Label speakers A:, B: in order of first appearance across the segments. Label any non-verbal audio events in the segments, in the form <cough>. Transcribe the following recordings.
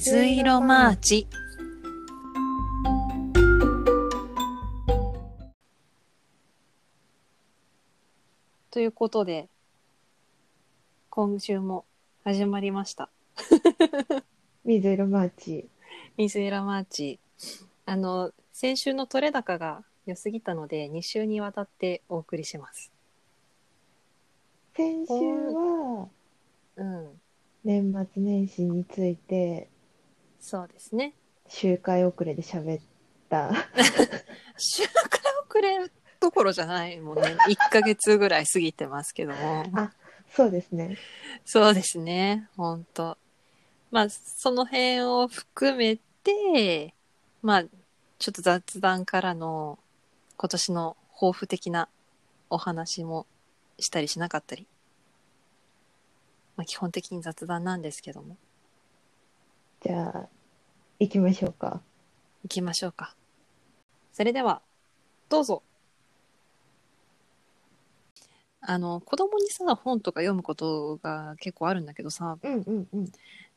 A: 水色マーチ。ということで、今週も始まりました。
B: 水色マーチ。
A: 水色マーチ。あの、先週の取れ高が良すぎたので、2週にわたってお送りします。
B: 先週は
A: うん。
B: 年末年始について
A: そうですね。
B: 周回遅れで喋った。 <laughs>
A: 週間遅れどころじゃないもんね。1ヶ月ぐらい過ぎてますけども。
B: そうですね。
A: そうですね、ほんと。まあ、その辺を含めて、まあ、ちょっと雑談からの今年の抱負的なお話もしたりしなかったり。まあ、基本的に雑談なんですけども。
B: じゃあ、行きましょうか。
A: 行きましょうか。それでは、どうぞ。あの、子供にさ、本とか読むことが結構あるんだけどさ、
B: うんうんうん。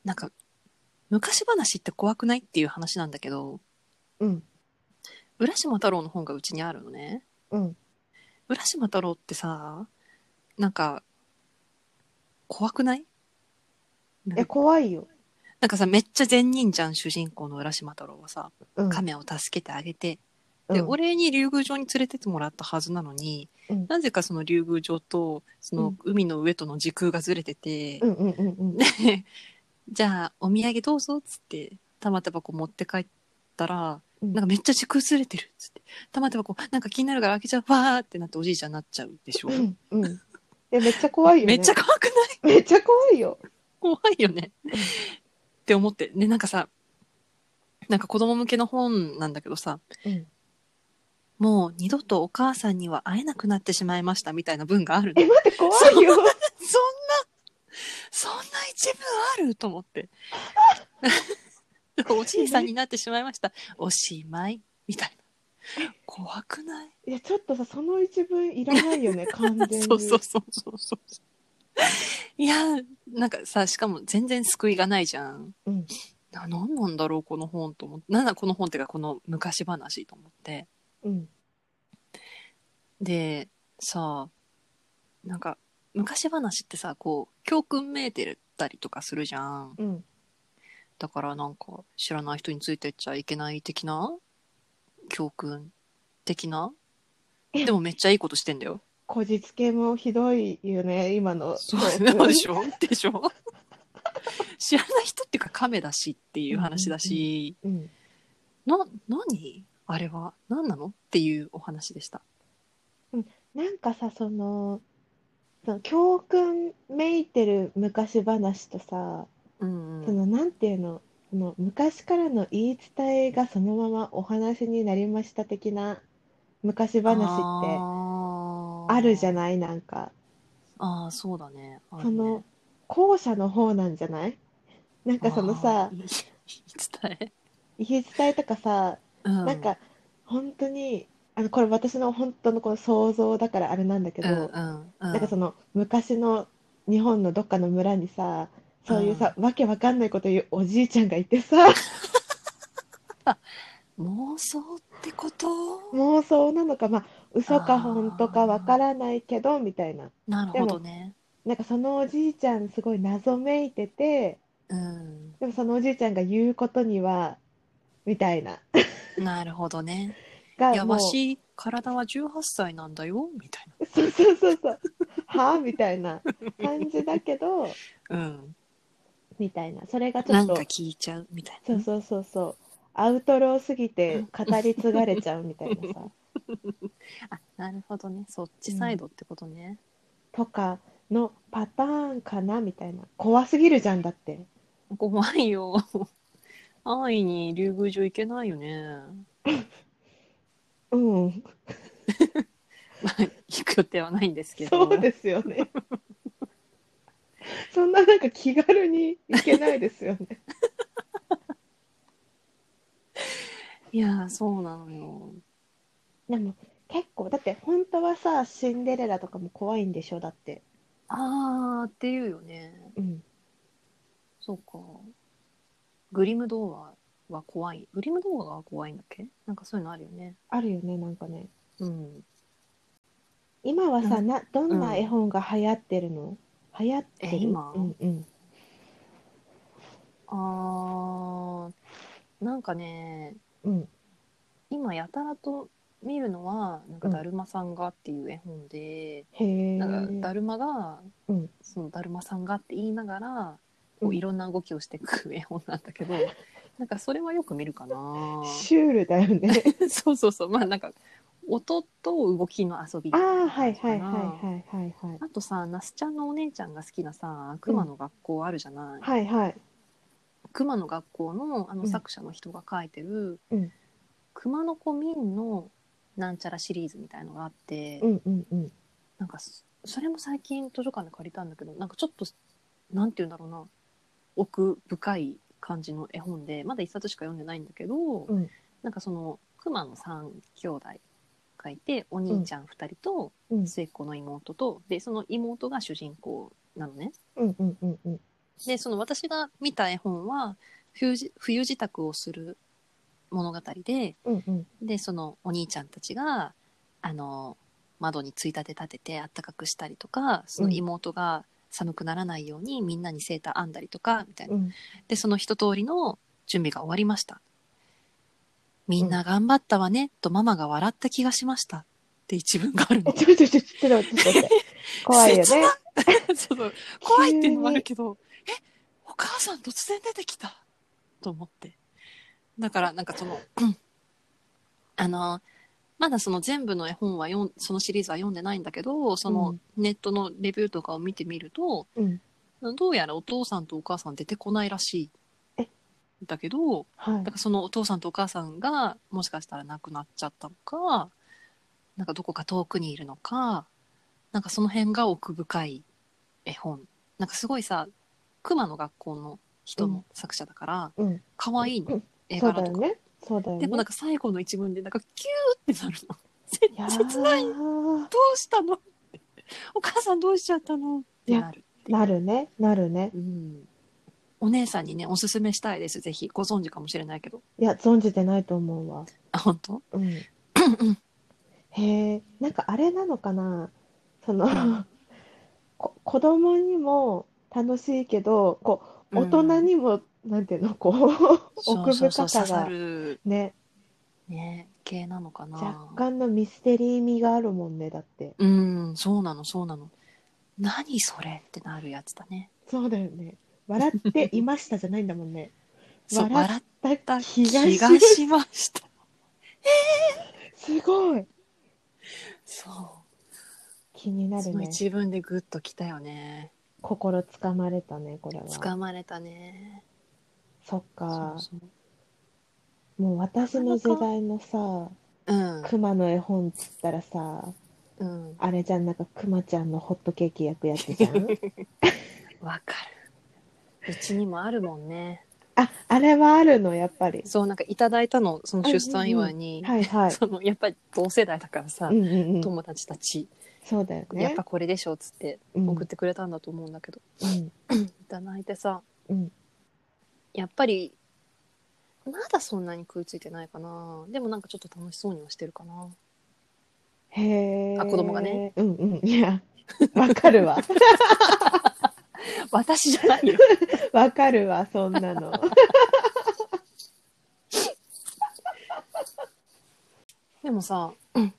A: なんか、昔話って怖くないっていう話なんだけど、
B: うん
A: 浦島太郎の本がうちにあるのね。
B: うん。
A: 浦島太郎ってさ、なんか、怖くないなん
B: え、
A: か
B: 怖いよ。
A: なんかさ、めっちゃ善人じゃん、主人公の浦島太郎はさ、
B: うん。
A: 亀を助けてあげて、
B: う
A: で、
B: ん、
A: お礼に竜宮城に連れてってもらったはずなのに、
B: うん
A: なぜかその竜宮城と、その海の上との時空がずれてて、
B: うんうんうん
A: <laughs>
B: うん。
A: で <laughs> じゃあお土産どうぞっつって玉手箱持って帰ったら
B: うん
A: なんかめっちゃ軸ずれてるっつって玉手箱なんか気になるから開けちゃうわーってなっておじいちゃんになっちゃうでしょ、
B: うんうん。いや、めっちゃ怖いよ、ね。
A: めっちゃ怖くない <laughs>
B: めっちゃ怖いよ。
A: 怖いよねって思ってねなんかさなんか子供向けの本なんだけどさ
B: うん。
A: もう二度とお母さんには会えなくなってしまいましたみたいな文があるの
B: え、待って、怖いよ。
A: そんな、そんな一文あると思
B: <laughs>
A: って。おじいさんになってしまいました。おしまいみたいな。怖くない
B: いや、ちょっとさ、その一文いらな
A: <laughs>
B: いよね、完全に。
A: そうそうそうそうそう。いやー、なんかさ、しかも全然救いがないじゃん。
B: うん
A: な何なんだろう、この本と思って。なんだ、この本っていうか、この昔話と思って。
B: うん。
A: で、さ、なんか、昔話ってさ、こう、教訓めいてたりとかするじゃん。
B: うん。
A: だからなんか知らない人についてっちゃいけない的な教訓的な
B: え
A: でもめっちゃいいことしてんだよ。
B: こじつけもひどいよね、今の。
A: そうでしょでしょ知らない人っていうか亀だしっていう話だし、
B: うん。
A: な、何あれは何なのっていうお話でした。
B: なんかさ、その、その教訓めいてる昔話とさ、
A: うんう
B: そ
A: ん。
B: のなんていうの、その昔からの言い伝えがそのままお話になりました的な昔話
A: っ
B: って
A: て
B: あるじゃ
A: ん。
B: ない、なんか。
A: あーあー、そうだね。ある
B: そ
A: ね
B: の、後者の方なんじゃないなんかその
A: <laughs> あ
B: さ
A: ー、いい伝え。
B: 言い伝えとかさ、
A: な
B: なんか、本当に、あの、これ私の本当のこの想像だからあれなんだけ
A: うんうんう
B: ど
A: ん、な
B: なんかその昔の日本のどっかの村にさ、そういうさ、わけわかんないこと言うおじいちゃんがい
A: <laughs>
B: てさ、
A: 妄想ってこと
B: 妄想なのか、まあ、嘘
A: あー
B: か本当かわからないけど、みたいな。
A: なるほどね。
B: なんかそのおじいちゃんすごい謎めいてて、
A: うん。
B: でもそのおじいちゃんが言うことには、みたいな。
A: なるほどね。
B: が、
A: いや、
B: もう、
A: わし、体は18歳なんだよ、みたい
B: そうそうそうそう、はあみたいな感じだけど、
A: な。うん。
B: みたいな。それがちょ
A: な
B: っ
A: んか
B: と、
A: 聞いちゃう、みたい
B: そ
A: な
B: う。そうそうそう、アウトローすぎて語り継がれちゃうみたいなさ。
A: あ、なるほどね。そっちサイドってことね。
B: とかのパターンかなみたいな怖すぎるじゃんだって
A: 怖いよ。安易に竜宮城行けないよね。 <laughs>
B: うん
A: まあ、行く予定はないんですけど。
B: そうですよね <laughs> そんななんか気軽にいけないですよね
A: いや、そうなのよ。
B: <laughs> でも結構だって本当はさシンデレラとかも怖いんでしょだって
A: あーっていうよね。
B: うん
A: そうか。グリム童話は怖い。グリム童話が怖いんだっけなんかそういうのあるよね。
B: あるよねなんかね
A: うん。
B: 今はさ、
A: う
B: などんな絵本が流行ってるの、流行ってる
A: え今
B: うんうん
A: あー、なんかね、
B: うん
A: 今やたらと見るのは、なんかだるまさんがっていう絵本で、
B: へえ
A: なんかだるまが、
B: うん
A: そのだるまさんがって言いながら、
B: う
A: こ
B: ん
A: ういろんな動きをしていく絵本なんだ
B: <laughs>
A: けど、なんかそれはよく見るかな。
B: シュールだよ <laughs> ね
A: そうそうそう。まあなんか、音と動きの遊び
B: あ。あはい
A: そうか
B: はい
A: な
B: はいはいはいはい
A: あとさ、ナスちゃんのお姉ちゃんが好きなさ、熊の学校あるじゃない。
B: はいはい
A: 熊の学校のあ
B: う
A: の
B: ん
A: 作者の人が書いてる、
B: うん
A: 熊の子みんのなんちゃらシリーズみたいのがあって、
B: うんうんうん
A: なんかそそれも最近図書館で借りたんだけどなんかちょっとなんて言うんだろうな奥深い感じの絵本でまだ一冊しか読んでないんだけど、
B: ん
A: なんかその熊の三兄弟がいてお兄ちゃん二人と
B: うん
A: 末っ子の妹と、でその妹が主人公なのね。
B: うんうんうんうん
A: でその私が見た絵本は冬じ冬支度をする物語で
B: うんうん
A: でそのお兄ちゃんたちがあの窓についたて立ててあったかくしたりとかその妹が寒くならないようにみんなにセーター編んだりとかみたいな
B: うん
A: でその一通りの準備が終わりましたみんな頑張ったわね、とママが笑った気がしましたって一文がある
B: え
A: の
B: ちょちょちょちょちょっと待ってちょっと待って怖いよね
A: <laughs> そうそう怖いっていうのもあるけど、え、お母さん突然出てきたと思って。だから、なんかその、 <clears throat> うんあの、まだその全部の絵本は読ん、そのシリーズは読んでないんだけど、そうの
B: ん
A: ネットのレビューとかを見てみると、
B: うん
A: どうやらお父さんとお母さん出てこないらしい
B: え。
A: だけど、
B: はい
A: だからそのお父さんとお母さんがもしかしたら亡くなっちゃったのか、なんかどこか遠くにいるのか、なんかその辺が奥深い絵本。なんかすごいさ、熊の学校の人
B: うん
A: の作者だから、
B: うん
A: 可愛いの、
B: うん
A: 絵
B: そう
A: 柄
B: だ
A: と
B: よ
A: か。
B: ねそうだよね
A: でもなんか最後の一文でなんかキューってなるの。
B: いや
A: 切ない。
B: ー
A: どうしたのお母さんどうしちゃったのってなる。
B: なるねなるね
A: うん。お姉さんにね、おすすめしたいです。ぜひ。ご存知かもしれないけど。
B: いや存じてないと思うわ
A: あ、本当
B: うんへえなんかあれなのかなそのこ子供にも楽しいけどこう大人にも、なんていうのこう奥
A: そう
B: 深
A: そうそう
B: さ
A: 刺さ
B: が
A: る
B: ね
A: ね系なのかな
B: 若干のミステリー味があるもんねだって
A: うんそうなのそうなの何それってなるやつだね
B: そうだよね笑っていましたじゃないんだも
A: <laughs>
B: んね
A: そう
B: 笑っ
A: 笑っ
B: だ
A: た
B: 気
A: 気
B: が
A: が
B: し
A: しました
B: <laughs> すごい
A: そ
B: 気に
A: う、
B: な
A: そ
B: る
A: の
B: ね
A: 一文でグッときたよね
B: 心つかまれたねこれ
A: 掴
B: は
A: まれたね
B: そっか
A: そうそう
B: もう私の時代のさ
A: うん
B: 熊の絵本っつったらさ
A: うん
B: あれじゃんなんかくまちゃんのホットケーキ焼くやつじゃ
A: <laughs>
B: ん
A: わかるうちにもあるもんね
B: ああれはあるのやっぱり
A: そうなんかいただいたのその出産祝いに、
B: はいはい
A: そのやっぱり同世代だからさ、
B: うんうんうん
A: 友達たち、
B: そうだよね
A: やっぱこれでしょっつって
B: うん
A: 送ってくれたんだと思うんだけど、
B: うん
A: いただいてさ
B: うん
A: やっぱりまだそんなに食いついてないかなでもなんかちょっと楽しそうにはしてるかな
B: へえ
A: あ子供がね
B: うんうんいやわかるわ
A: 私じゃないよ
B: わかるわそんなの
A: <laughs> でもさ、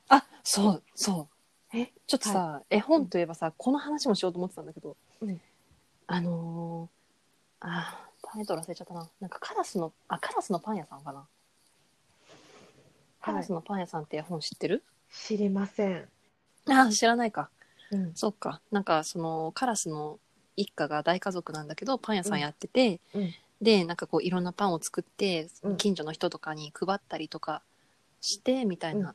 A: あそうそう
B: え
A: ちょっとさ、絵本といえばさ、この話もしようと思ってたんだけど、
B: うん
A: あのー、あータイトル忘れちゃったななんかカラスのあカラスのパン屋さんかなカラスのパン屋さんって絵本知ってる、
B: 知りません
A: あー知らないか
B: うん
A: そっかなんかそのカラスの一家が大家族なんだけどパン屋さんやってて、
B: うんうん
A: でなんかこういろんなパンを作って
B: うん
A: 近所の人とかに配ったりとかしてみたい
B: うん
A: な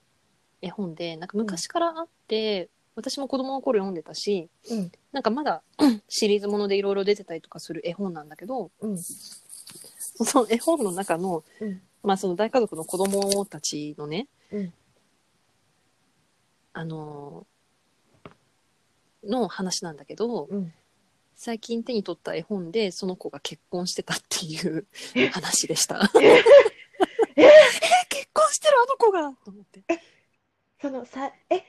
A: 絵本で、なんか昔からあって私も子供の頃読んでたし
B: うん
A: なんかまだ <clears throat> シリーズものでいろいろ出てたりとかする絵本なんだけど
B: うん
A: その絵本の中の,、
B: うん
A: まあその大家族の子供たちのね、
B: うん
A: あのーの話なんだけど、
B: うん
A: 最近手に取った絵本でその子が結婚してたっていう
B: <laughs>
A: 話でした。 <laughs>
B: えええ
A: 結婚してるあの子がと思って。
B: そのさえ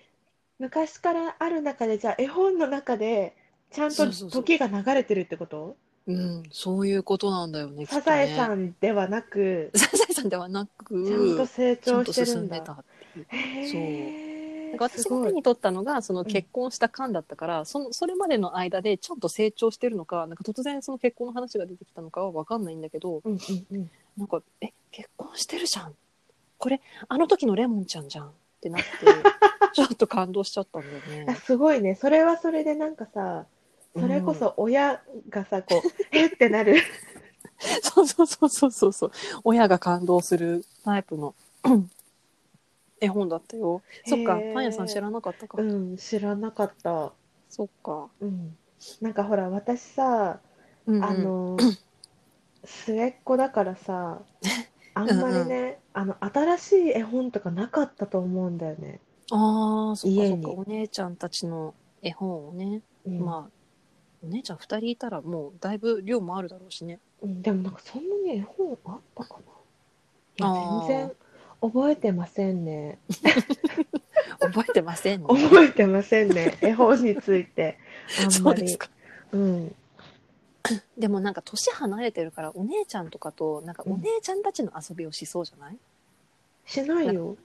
B: 昔からある中でじゃあ絵本の中でちゃん
A: そ
B: と
A: うそうそう
B: 時が流れてるってこと
A: うん、そういうことなんだよね。
B: サザエさ
A: ん。
B: んではなく
A: サザエさんではな
B: ちゃん
A: く、
B: と成
A: ちゃ
B: 長
A: んと
B: してる
A: 進
B: ん
A: んで
B: だ
A: たっていう。
B: へ
A: な
B: え
A: んか私
B: す
A: が
B: ご
A: 手
B: い
A: に取ったのがその
B: ん
A: 結婚した間だったから、そのそれまでの間でちゃんと成長してるのかなんか突然その結婚の話が出てきたのかは分かんないんだけど
B: うんうんうん
A: なんか「え結婚してるじゃんこれあの時のレモンちゃんじゃん」って <laughs> なってちょっと感動しちゃったんだよ
B: あ
A: ね。
B: すごいねそれはそれでなんかさそれこそ親がさこう <laughs> えってなる
A: <laughs> そうそうそうそうそうそう親が感動するタイプ <clears throat> の絵本だったよ。そっか
B: へー
A: パン屋さん知らなかったか。
B: うん知らなかった
A: そっか。
B: うんなんかほら私さ
A: うんうん
B: あの末っ子だか
A: <laughs>
B: らさあんまりねあの新しい絵本とかなかったと思うんだよね、
A: あーそっか
B: 家
A: そっ
B: に
A: かお姉ちゃんたちの絵本をね。
B: うん
A: まあお姉ちゃん2人いたらもうだいぶ量もあるだろうし
B: <laughs>
A: ね
B: うんでもなんかそんなに絵本あったかないや
A: あー
B: 全然覚えてませんね
A: <laughs> 覚えてませんね
B: 覚えてません
A: <laughs>
B: ね絵本についてあん
A: そ
B: ま
A: うです
B: り
A: か
B: うん
A: でもなんか年離れてるからお姉ちゃんとかとなんかお姉ちゃんたちの遊びをしそうじゃない、
B: しないよ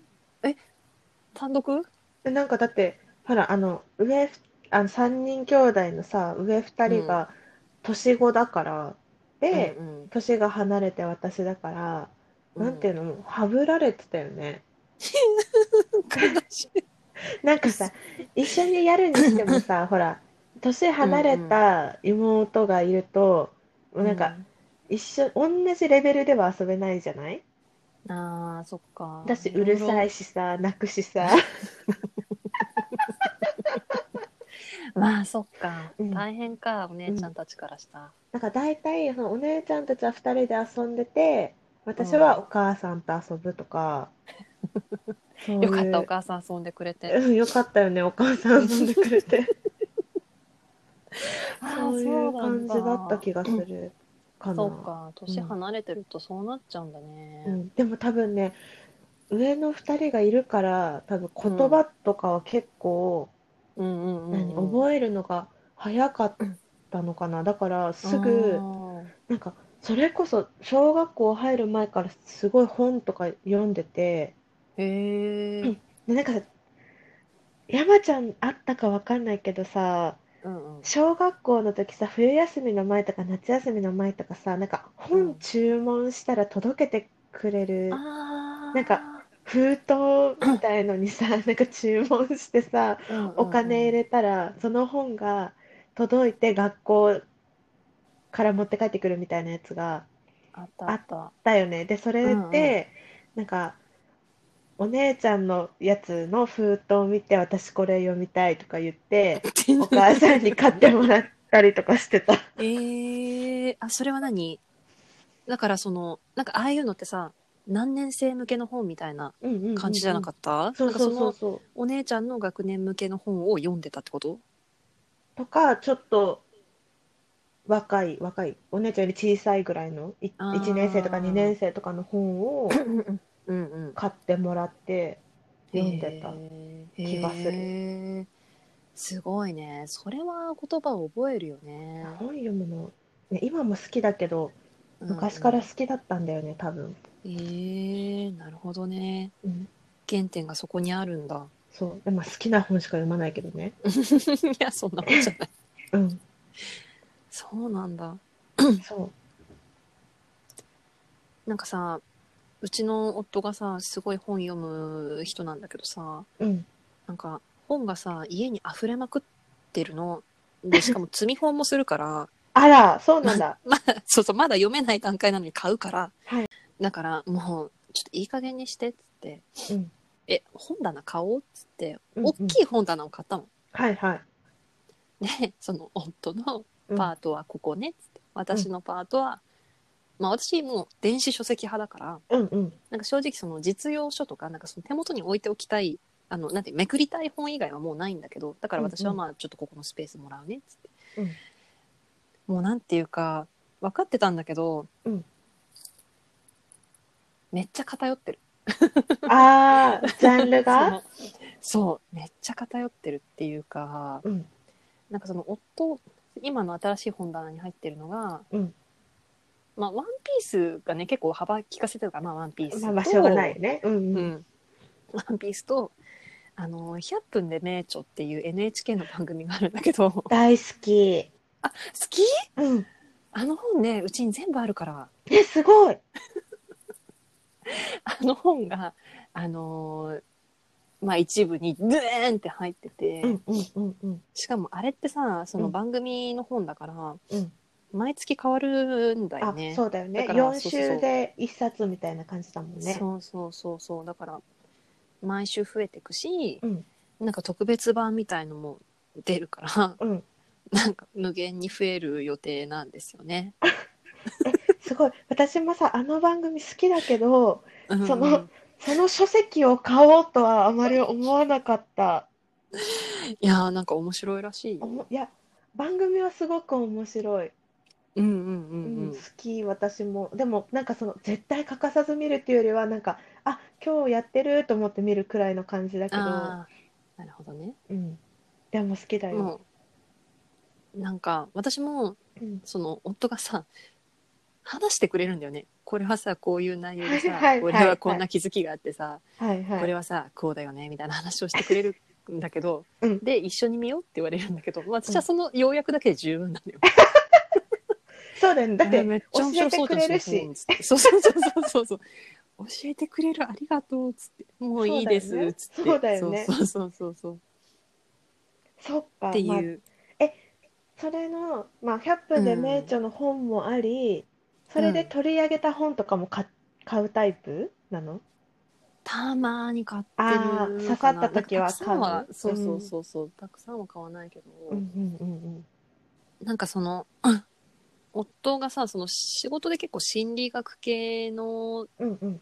A: 単独
B: でなんかだってほらあの上ふあの3人兄弟のさ上2人が年子だから、で、
A: うんうん
B: 年が離れて私だから、
A: うん
B: なんていうのはぶられてたよね
A: 悲しい
B: なん
A: <laughs>
B: かさ一緒にやるにしてもさほら年離れた妹がいると、もうなんか一緒同じレベルでは遊べないじゃない
A: うんあーそっか
B: だしうるさ
A: い
B: いしさ泣く
A: <laughs>
B: しさ
A: ろいろまあそっか、
B: うん
A: 大変かお姉ちゃんたちからした、
B: なんか大体そのお姉ちゃんたちは2人で遊んでて私はお母さんと遊ぶとか、そういう
A: <laughs> よかったお母さん遊んでくれて
B: うんよかったよねお母さん遊んでくれてそういう感じだった気がするかな
A: そうか年離れてるとそうなっちゃうんだね、
B: うん、でも多分ね上の2人がいるから多分言葉とかは結構、
A: うんうんうん
B: 何覚えるのが早かったのかなだからすぐなんかそれこそ小学校入る前からすごい本とか読んでて
A: へえ。
B: でなんか山ちゃんあったかわかんないけどさ
A: うんうん。
B: 小学校の時さ冬休みの前とか夏休みの前とかさなんか本注文したら届けてくれる
A: あ
B: なんか、封筒みたいのにさ <laughs> なんか注文してさお金
A: れ。
B: 入れたらその本が届いて学校から持って帰ってくるみたいなやつが
A: あったあった。
B: だよねでそれ
A: うんうん
B: でなんかお姉ちゃんのやつの封筒を見て私これ読みたいとか言って
A: <laughs>
B: お母さんに買ってもらったりとかしてた。
A: ええ。あ、それは何だからその、なんかああいうのってさ、何年生向けの本みたいな感じじゃなか
B: っ
A: った
B: そ
A: な
B: うん
A: か
B: そ
A: そう
B: そう
A: の
B: そう。
A: お姉ちゃんの学年向けの本を読んでたってこと
B: とかちょっと若い若いお姉ちゃんより小さいぐらいのい
A: あー
B: 1年生とか2年生とかの本を
A: うんうん。
B: 買ってもらって読んでた。気がする
A: る。すごいね。それは言葉を覚えるよね。
B: 本読むの、ね、今も好きだけど昔から好きだったんだよね多分、
A: ええなるほどね。
B: うん、
A: 原点がそこにあるんだ。
B: そうでも好きな本しか読まないけどね
A: いや、そんなことじゃない。
B: うん
A: そうなんだ。
B: そう
A: なんかさ、うちの夫がさ、すごい本読む人なんだけどさ、
B: うん
A: なんか本がさ、家に溢れまくってるの。で、しかも積み本もするから、 <laughs>
B: あらそうなんだ
A: まあ、そうそう、まだ読めない段階なのに買うから、
B: はい
A: だからもう、ちょっといい加減にしてっつって、
B: うん
A: え、本棚買おうっつって、
B: うんうん
A: 大きい本棚を買ったの。
B: はいはい
A: で、 <laughs> その夫の
B: うん
A: パートはここねっつって、私のパートは、まあ私もう電子書籍派だから、
B: うんうん
A: なんか正直その実用書とか、なんかその手元に置いておきたい、あの、なんて、めくりたい本以外はもうないんだけど、だから私はまあちょっとここのスペースもらうねっつって。
B: うん
A: もうなんていうか分かってたんだけど、
B: うん
A: めっちゃ偏ってる
B: ああ、ジャンル
A: そ <laughs>
B: が
A: のそうめっちゃ偏ってるっていうか
B: うん、
A: なんかその夫今の新しい本棚に入ってるのが、
B: うん
A: まあワンピースがね結構幅利かせてるからまあワンピース
B: まあまあしょうがないね。うん
A: う
B: うん。
A: ん、ワンピースとあの「100分で名著」っていう NHK の番組があるんだけど好
B: 大好き。
A: き
B: うん。
A: あの本ねうちに全部あるから
B: え、すごい。
A: あの本があのーまあ一部にドゥーンって入ってて、
B: うんうんうんうん
A: しかもあれってさそうの
B: ん
A: 番組の本だから、
B: うん。
A: 毎月変わるんだよ
B: あ
A: ね、
B: そうだよね
A: だから
B: 4週で1冊みたいな感じだもんね
A: そうそうそうそうだから毎週増えてくし、
B: うん
A: なんか特別版みたいのも出るから <laughs>
B: うん
A: なんか無限に増える予定なんですよね。
B: すごい私もさあの番組好きだけど
A: うん
B: そのその書籍を買おうとはあまり思わなかった
A: いやーなんか面白いらしい
B: お
A: よ。
B: もいや番組はすごく面白い、
A: うんうんう
B: うん、
A: うんん
B: 好。き私もでもなんかその絶対欠かさず見るっていうよりはなんかあ今日やってると思って見るくらいの感じだけど、
A: ああなるほどね。
B: うん、でも好きだよ、
A: もうなんか私も
B: うん、
A: その夫がさ話してくれるんだよね。これはさこういう内容でさ、
B: <laughs> はいはい
A: こ
B: はい
A: れはこんな気づきがあってさ、
B: はい
A: これ
B: はい
A: はさこうだよねみたいな話をしてくれるんだけど、
B: うん
A: で一緒に見ようって言われるんだけど、まあ、私はその要約だけで十分なんだよ。
B: そうだよねだっ
A: え
B: て
A: ーめっちゃ
B: 教
A: 面白
B: えて
A: そう
B: く
A: じゃん
B: れる
A: その
B: し
A: 本つってそうそうそうそうそうそう。教えてくれるありがとうっつってもういいですっつって
B: そうだよね
A: そうそうそうそう
B: そっか
A: って
B: まあ
A: いう、
B: それの、まあ、100分で名著の本もあり、それで取り上げた本とかも買買うタイプなの
A: たまに買ってる
B: あー刺さった時は買う
A: なんかたくさんはそう
B: うん
A: そうそうそう、たくさんは買わないけど、
B: うんうん
A: なんかその夫がさその仕事で結構心理学系の、
B: うんうんうん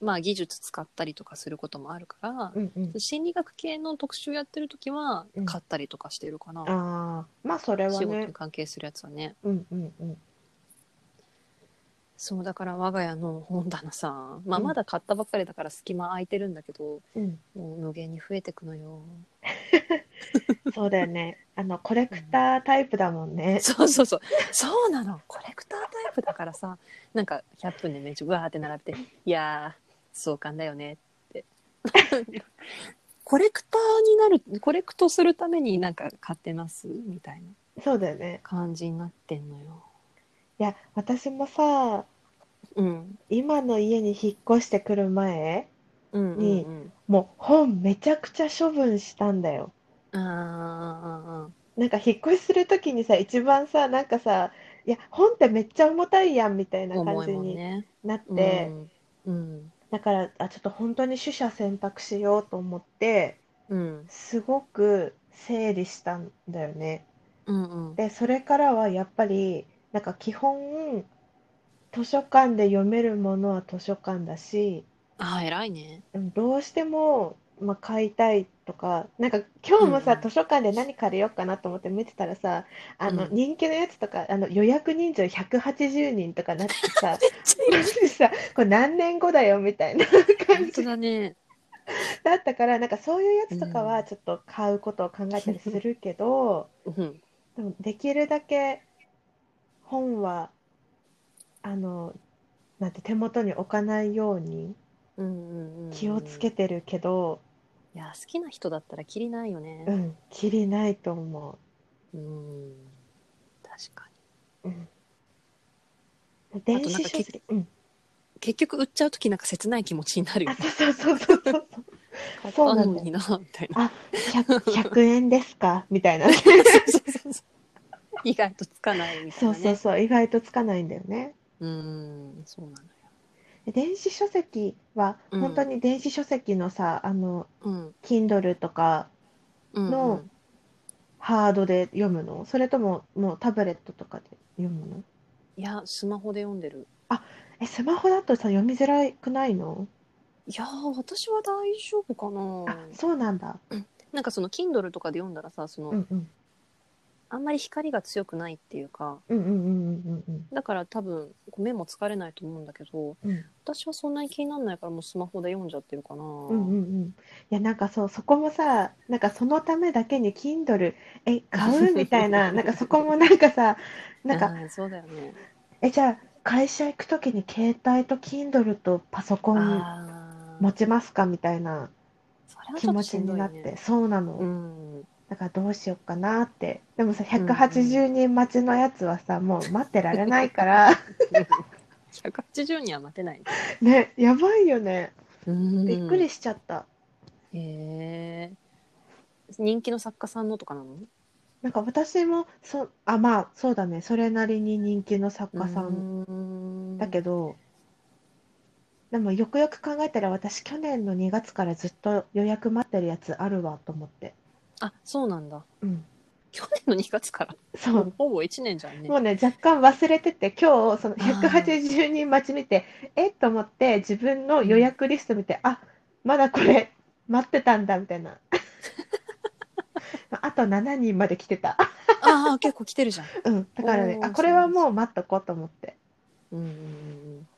A: まあ、技術使ったりとかすることもあるから、
B: うんうん
A: 心理学系の特集やってる時は
B: うん
A: 買ったりとかしてるかな、
B: ああまあそれは
A: 仕事に
B: ね
A: 関係するやつはね
B: うんうんうん
A: そうだから我が家の本棚さ、まあ、
B: うん
A: まだ買ったばっかりだから隙間空いてるんだけど、
B: うん
A: もう無限に増えてくのよ
B: そうだよねあのコレクタータイプだもん
A: <laughs>
B: ね
A: そうそうそうそうなのコレクタータイプだからさなんか100分でめっちゃわーって並べて「いやー壮観だよね」って <laughs> コレクターになるコレクトするためになんか買ってますみたいな
B: そうだよね
A: 感じになってんのよ
B: いや私もさ
A: うん
B: 今の家に引っ越してくる前
A: うんうん
B: もう本めちゃくちゃ処分したんだよ
A: うんあー
B: なんか引っ越しするときにさ一番さなんかさいや本ってめっちゃ重たいやんみたいな
A: 重
B: 感
A: い
B: じ
A: もん
B: に
A: ね
B: なって、
A: うんうん
B: だからあちょっと本当に取捨選択しようと思って
A: うん
B: すごく整理したんだよね。
A: うんうん
B: でそれからはやっぱりなんか基本図書館で読めるものは図書館だし
A: ああ偉い <laughs> ね
B: うんどうしても、まあ、買いたいとか、なんか今日も
A: う
B: さ、
A: んうん
B: 図書館で何借りようかなと思って見てたらさ、あの
A: うん
B: 人気のやつとか、あの予約人数180人とかなって
A: <laughs>
B: さ、マジでさ、これ何年後だよみたいな <laughs> 感
A: 本当
B: じ
A: だね
B: だったから、なんかそういうやつとか
A: う
B: は
A: ん
B: ちょっと買うことを考えたりするけど、
A: うん
B: でもできるだけ本は、あの、なんて手元に置かないように
A: うんうんうん
B: 気をつけてるけど、
A: いや好きな人だったらきりないよ
B: う
A: ね
B: ん、きりないと思う。
A: うん確か
B: うん電子書籍、うん、
A: に結局売っちゃう時なんか切ない気持ちになるよ
B: あ、
A: ね
B: そうそうそう
A: <laughs>
B: そうそう、
A: 買っ
B: そ
A: た
B: うなんだよ
A: のになみたいな
B: あ、100 100円ですかみたい
A: <laughs> そ
B: な、
A: うそうそう意外とつかないみたい
B: そう
A: な
B: そう
A: ね
B: そう、意外とつかないんだよね。
A: うんそうなのよ
B: 電子書籍は、
A: うん
B: 本当に電子書籍のさ、あの、
A: うん
B: Kindle とか
A: うんうん
B: のハードで読むのそれとも、もうタブレットとかで読むの
A: いやスマホで読んでる
B: え、スマホだとさ、読みづらくないの
A: いやー私は大丈夫か
B: あ
A: な、
B: そうなんだ。
A: なんかその Kindle とかで読んだらさその、
B: うんうん。
A: あんまり光が強くないっていうか、
B: うんうんうんうんうん
A: だから多分目も疲れないと思うんだけど、
B: うん
A: 私はそんなに気にならないからもうスマホで読んじゃってるかな。
B: うんうんうんいやなんかそうそこもさなんかそのためだけに Kindle え買うみた
A: <laughs>
B: いななんかそこもなんかさなんか
A: うんそうだよね。
B: えじゃあ会社行く時に携帯と Kindle とパソコン
A: ああ
B: 持ちますかみたいな
A: それは
B: 気
A: ちょっと
B: 持
A: し
B: ち
A: んど
B: に
A: い
B: なっ
A: ね
B: て。そうな
A: う
B: の <laughs>
A: ん。 <laughs>
B: だからどうしようかなってでもさ
A: んうん
B: 180人待ちのやつは
A: <laughs>
B: さもう待ってられないから <laughs>
A: 180には待てないね。
B: ねやばいよね
A: うん
B: びっくりしちゃった
A: へえ人気の作家さんのとかなの
B: なんか私もそあまあそうだねそれなりに人気の作家さん
A: ん
B: だけど、でもよくよく考えたら私去年の2月からずっと予約待ってるやつあるわと思って、
A: あそうなんだ
B: うん、
A: 去年の2月から
B: そ
A: ほぼ1年じゃん
B: う
A: ね
B: もうね若干忘れてて今日その
A: あー
B: 180人待ち見てえっと思って自分の予約リスト見て、あまだこれ待ってたんだみたいな <laughs> あと7人まで来てた、 <laughs>
A: ああ結構来てるじゃん
B: うん、だからね
A: おー
B: あこれはもう待っとこうと思って
A: うんうんうん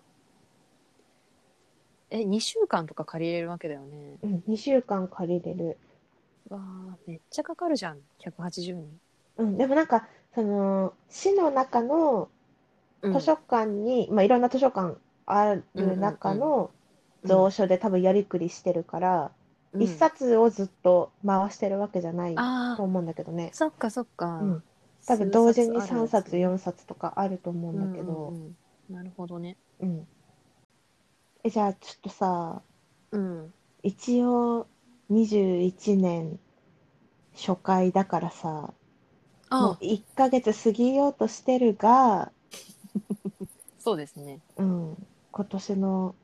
A: え2週間とか借りれるわけだよね
B: うん、2週間借りれる。
A: わあめっちゃかかるじゃん180人、
B: うん、でもなんか、その、市の中の
A: うん
B: 図書館に、まあ、いろんな図書館ある中の
A: うん
B: 蔵書で多分やりくりしてるから、
A: うん
B: 一冊をずっと回してるわけじゃない
A: あ
B: と思うんだけどね
A: あ。そっかそっか、
B: うん多分同時に
A: 数冊あるやつ
B: 3冊、4冊とかあると思うんだけ
A: う
B: ど
A: ん、うんうんなるほどね
B: うん。え、じゃあちょっとさ、
A: うん
B: 一応21年初回だからさ、
A: あ
B: もう
A: あ
B: 1ヶ月過ぎようとしてるが、
A: そうですね
B: うん、今年の、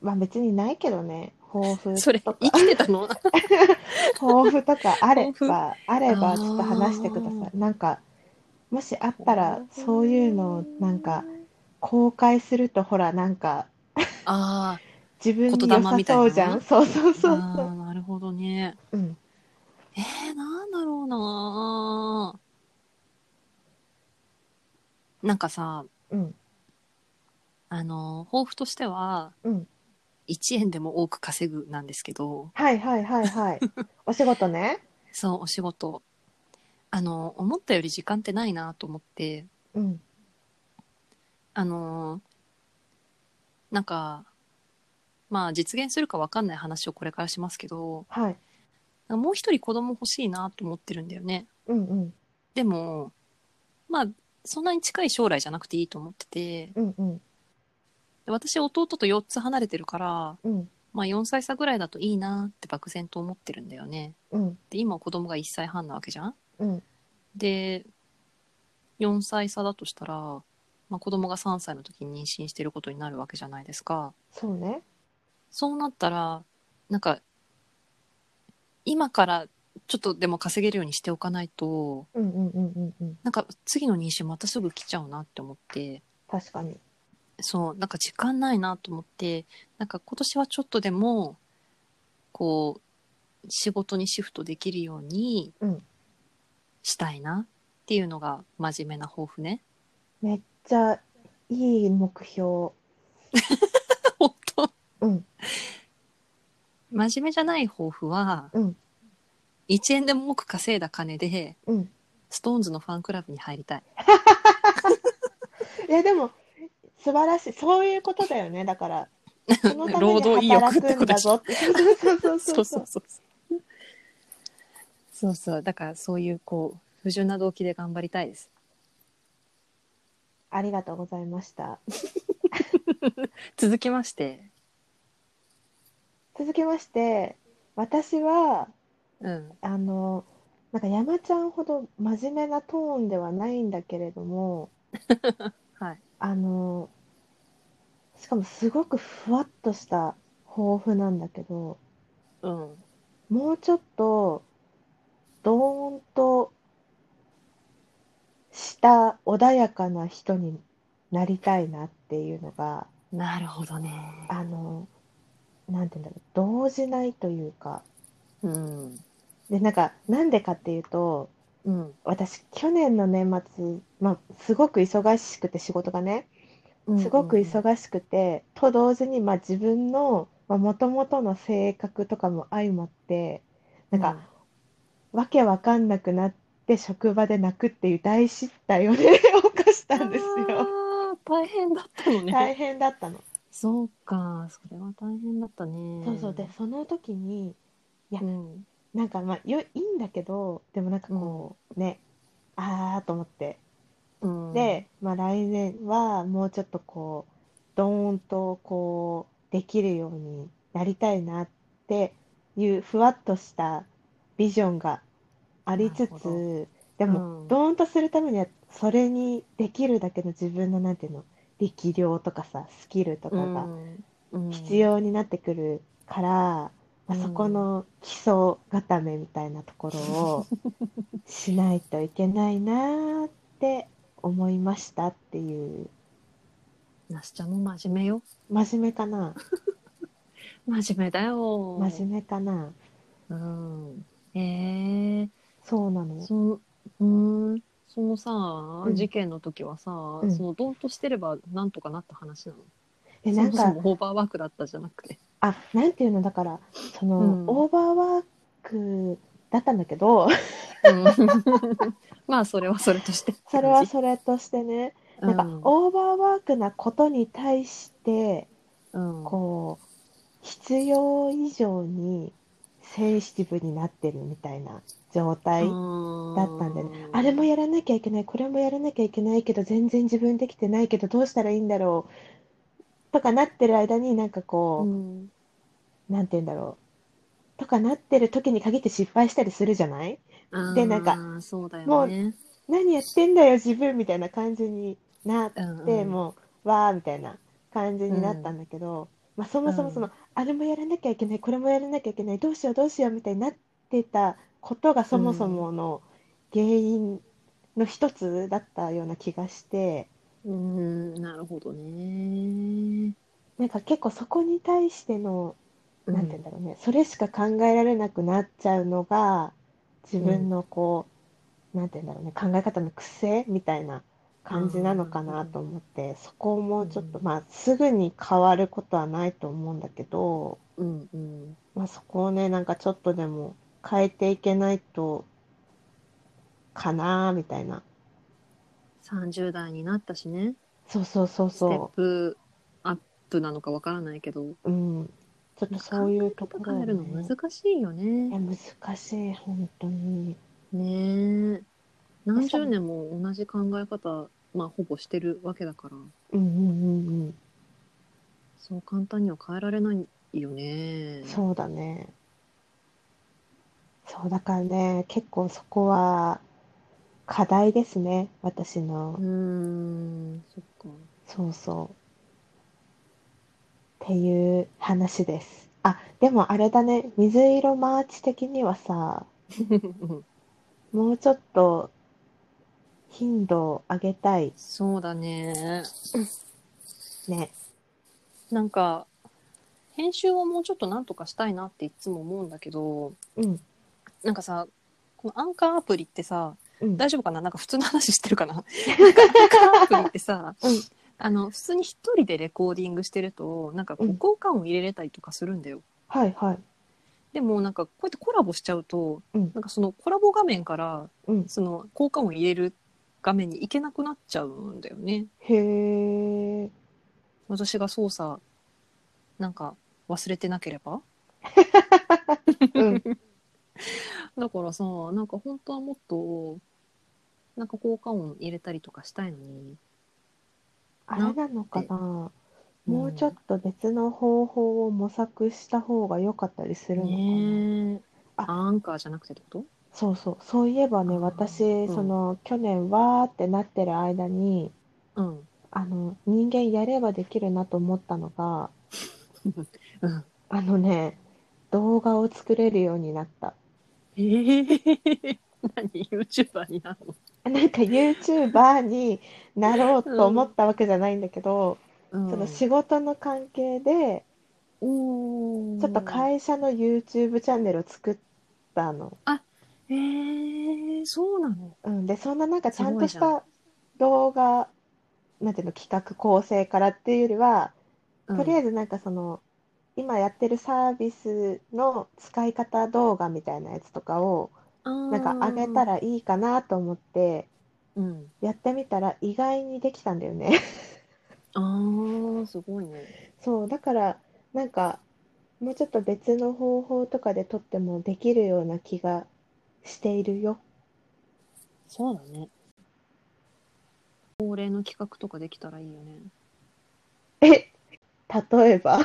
B: まあ別にないけどね、抱負
A: それ
B: と
A: 生
B: か、
A: きてた
B: <laughs>
A: の
B: 抱負とかあれ
A: 抱負
B: ば、あればちょっと話してくださ
A: あ
B: い。なんか、もしあったら、そういうのをなんか、公開すると、ほら、なんか、
A: あ
B: 自分に
A: 言
B: 良
A: 霊
B: さ
A: みたいな
B: そうじゃん。そうそう
A: ー
B: そう
A: あ
B: そう。
A: ーなるほどね
B: うん。
A: えー、なんだろうなーなんかさ
B: うん。
A: あの抱負としては、
B: うん
A: 1円でも多く稼ぐなんですけど
B: はいはいは
A: <laughs>
B: いはい。お仕事ね。
A: そうお仕事あの思ったより時間ってないなと思って
B: うん。
A: あのなんかまあ実現するかわかんない話をこれからしますけど
B: はい。
A: もう一人子供欲しいなと思ってるんだよね
B: うんうん。
A: でもまあそんなに近い将来じゃなくていいと思ってて
B: うんうん。
A: で私弟と4つ離れてるから、
B: うん。
A: まあ、4歳差ぐらいだといいなって漠然と思ってるんだよね
B: うん。
A: で今子供が1歳半なわけじゃん
B: うん。
A: で4歳差だとしたら、まあ、子供が3歳の時に妊娠してることになるわけじゃないですか
B: そうね。
A: そうなったらなんか今からちょっとでも稼げるようにしておかないと
B: うんうんうんうんうん。
A: なんか次の妊娠またすぐ来ちゃうなって思って
B: 確かに。
A: そうなんか時間ないなと思ってなんか今年はちょっとでもこう仕事にシフトできるように
B: うん
A: したいなっていうのが真面目な抱負ね。 <laughs>
B: めっちゃいい目標。
A: 本当
B: うん。
A: 真面目じゃない抱負は、
B: うん
A: 1円でも多く稼いだ金で
B: うん。
A: ストーンズのファンクラブに入りたい。
B: いや、でも、素晴らしい。そういうことだよね。だ
A: <laughs>
B: から、そのため
A: 労働意
B: に働
A: 欲って
B: く
A: こと
B: んだ
A: でしょ
B: ぞって。そうそうそう
A: そ
B: そうう
A: そ
B: そう
A: そ
B: う。
A: うそう。そうそうだからそういうこう不純な動機で頑張りたいです。
B: <laughs> ありがとうございました。
A: 続きまして、
B: 続きまして、私は、
A: うん、
B: あの、なんか山ちゃんほど真面目なトーンではないんだけれども、
A: <laughs> はい。
B: あの、しかもすごくふわっとした抱負なんだけど、
A: うん
B: もうちょっと、どーんとした穏やかな人になりたいなっていうのが、
A: なるほどね。
B: あの、なんて言うんだろう、動じないというか、
A: うん。
B: で、なんか、なんでかっていうと、
A: うん。
B: 私去年の年末、まあ、すごく忙しくて仕事がねすごく
A: し
B: 忙しくて、と同時に、まあ、自分のもともとの性格とかも相まってなんか、、わけわかんなくなって職場で泣くっていう大失態を
A: <laughs>
B: ね起こしたんですよ。
A: あー大変だったのね。
B: 大変だったの。
A: そうか、それは大変だったね。
B: そうそうでその時に
A: うん。
B: なんかまあよいいんだけどでもなんかこうね、あーと思って
A: うん、
B: で、まあ、来年はもうちょっとこうドーンとこうできるようになりたいなっていうふわっとしたビジョンがありつ
A: なるほ
B: つでも、
A: うん
B: ドーンとするためにはそれにできるだけの自分のなんていうの力量とかさスキルとか
A: う
B: が
A: ん、うん
B: 必。要になってくるから、まあ
A: うん
B: そこの基礎固めみたいなところをしないといけないなーって思いましたっていう
A: なしちゃんも真面目よ。
B: 真面目かな
A: 真面目だよ。
B: 真面目かな
A: 目。うん。ええ
B: そうなの
A: その、うん。そのさ、
B: うん
A: 事件の時はさ、
B: ん
A: そのどうとしてればなんとかなった話なの。
B: えなん
A: そも
B: か
A: そもオーバーワークだったじゃなくて。
B: あなんていうのだからその、
A: うん
B: オーバーワークだったんだけど
A: <laughs> まあそれはそれとして。
B: <laughs> それはそれとしてね、なんかオーバーワークなことに対して
A: うん、
B: こう必要以上にセンシティブになってるみたいな状態だったんだよね。あれもやらなきゃいけない、これもやらなきゃいけないけど、全然自分できてないけど、どうしたらいいんだろうとかなってる間に、なんか
A: う
B: こ
A: ん、
B: う、なんて言うんだろう。とかなってる時に限って失敗したりするじゃないでなんか
A: あーそうだよね。
B: 何やってんだよ、自分みたいな感じになっ
A: うん
B: で、
A: うん
B: もうわーみたいな感じになったんだけど、まあ、そもそもその、
A: う
B: あれもやらなきゃいけないこれもやらなきゃいけないどうしようどうしようみたいになってたことがそもそもの原因の一つだったような気がして
A: うん、なるほどね。
B: なんか結構そこに対してのなんて言うんだろうね、それしか考えられなくなっちゃうのが自分のこう、なんて言うんだろうね考え方の癖みたいな感じなのかなと思って、そこもちょっと、
A: うん
B: まあすぐに変わることはないと思うんだけど、
A: うんうん
B: まあ、そこをねなんかちょっとでも変えていけないとかなみたいな
A: 30代になったしね
B: そうそうそう
A: ステッ
B: そ
A: プアップなのかわからないけど
B: う、うん、ちょっとそういうところ
A: 変え
B: を
A: るの
B: ね
A: 難しいよ
B: いや
A: ね。
B: 難しい本当に。
A: ねえ何十年も同じ考え方、まあ、ほぼしてるわけだから
B: うんうんうんうん
A: そう簡単には変えられないよね。
B: そうだね。そうだからね、結構そこは課題ですね、私の
A: う。ーんそっか。
B: そうそう。っていう話です。あ、でもあれだね、水色マーチ的にはさ、
A: <laughs>
B: もうちょっと頻度を上げたい
A: そうだね。
B: ね。
A: なんか編集をもうちょっとなんとかしたいなっていつも思うんだけど
B: うん、
A: なんかさこのアンカーアプリってさ
B: うん、
A: 大丈夫かななんか普通の話してるかななんかアンカーアプリってさ、
B: うん
A: あの普通に一人でレコーディングしてるとなんかこう
B: うん
A: 交換音入れれたりとかするんだよ。
B: はいはい。
A: でもなんかこうやってコラボしちゃうと、
B: うん
A: なんかそのコラボ画面から
B: うん、
A: その交換音入れる画面に行けなくなっちゃうんだよね。
B: へえ。
A: 私が操作なんか忘れてなければ
B: うん、
A: <laughs> だからさなんか本当はもっとなんか効果音入れたりとかしたいのに
B: あれなのかな。もうちょっ
A: と
B: と別の方法を模索した方が良かったりするのかな。
A: ねえ
B: あ
A: アンカーじゃなくてってこと
B: そうそう、そういえばね、
A: あー
B: 私、
A: うん
B: その去年わーってなってる間に、
A: うん
B: あの人間やればできるなと思ったのが、
A: <laughs> うん
B: あのね、動画を作れるようになった。
A: えー、 <laughs> 何 YouTuber になるの
B: なんか YouTuber になろうと思ったわけじゃないんだけど、
A: うん
B: その仕事の関係で、
A: おー
B: ちょっと会社の YouTube チャンネルを作ったの。
A: えー、そうなの
B: うん、でそんななんかちゃんとし
A: すご
B: た動画なんていうの企画構成からっていうよりはとりあえずなんかその、今やってるサービスの使い方動画みたいなやつとかをなんか上げた
A: ら、
B: らいいかなと思って
A: うん、
B: やってみたら意外にできたんだよね。 <laughs>
A: あーすごいね
B: そうだからなんかもうちょっと別の方法とかで撮ってもできるような気がしている <laughs> よ。
A: そうだね恒例の企画とかできたらいいよね
B: え例えば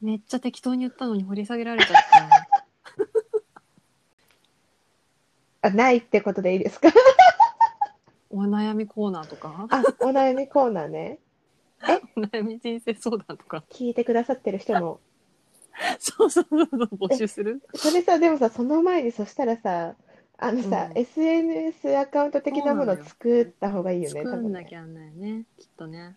A: めっちゃ適当に言ったのに掘り下げられちゃ
B: <laughs>
A: った。
B: あないってことでいいですか
A: お悩みコーナーとか、
B: あお悩みコーナーね
A: お悩み人生相談と
B: <laughs>
A: か、
B: 聞いてくださってる人も
A: そうそうそうそう募集す <laughs> る。
B: それさでもさその前にそしたらさあのさ、
A: うん
B: SNS アカウント的なものを作った方がいいよね
A: 作
B: 多分
A: んな
B: ね
A: きゃなんないね、きっとね。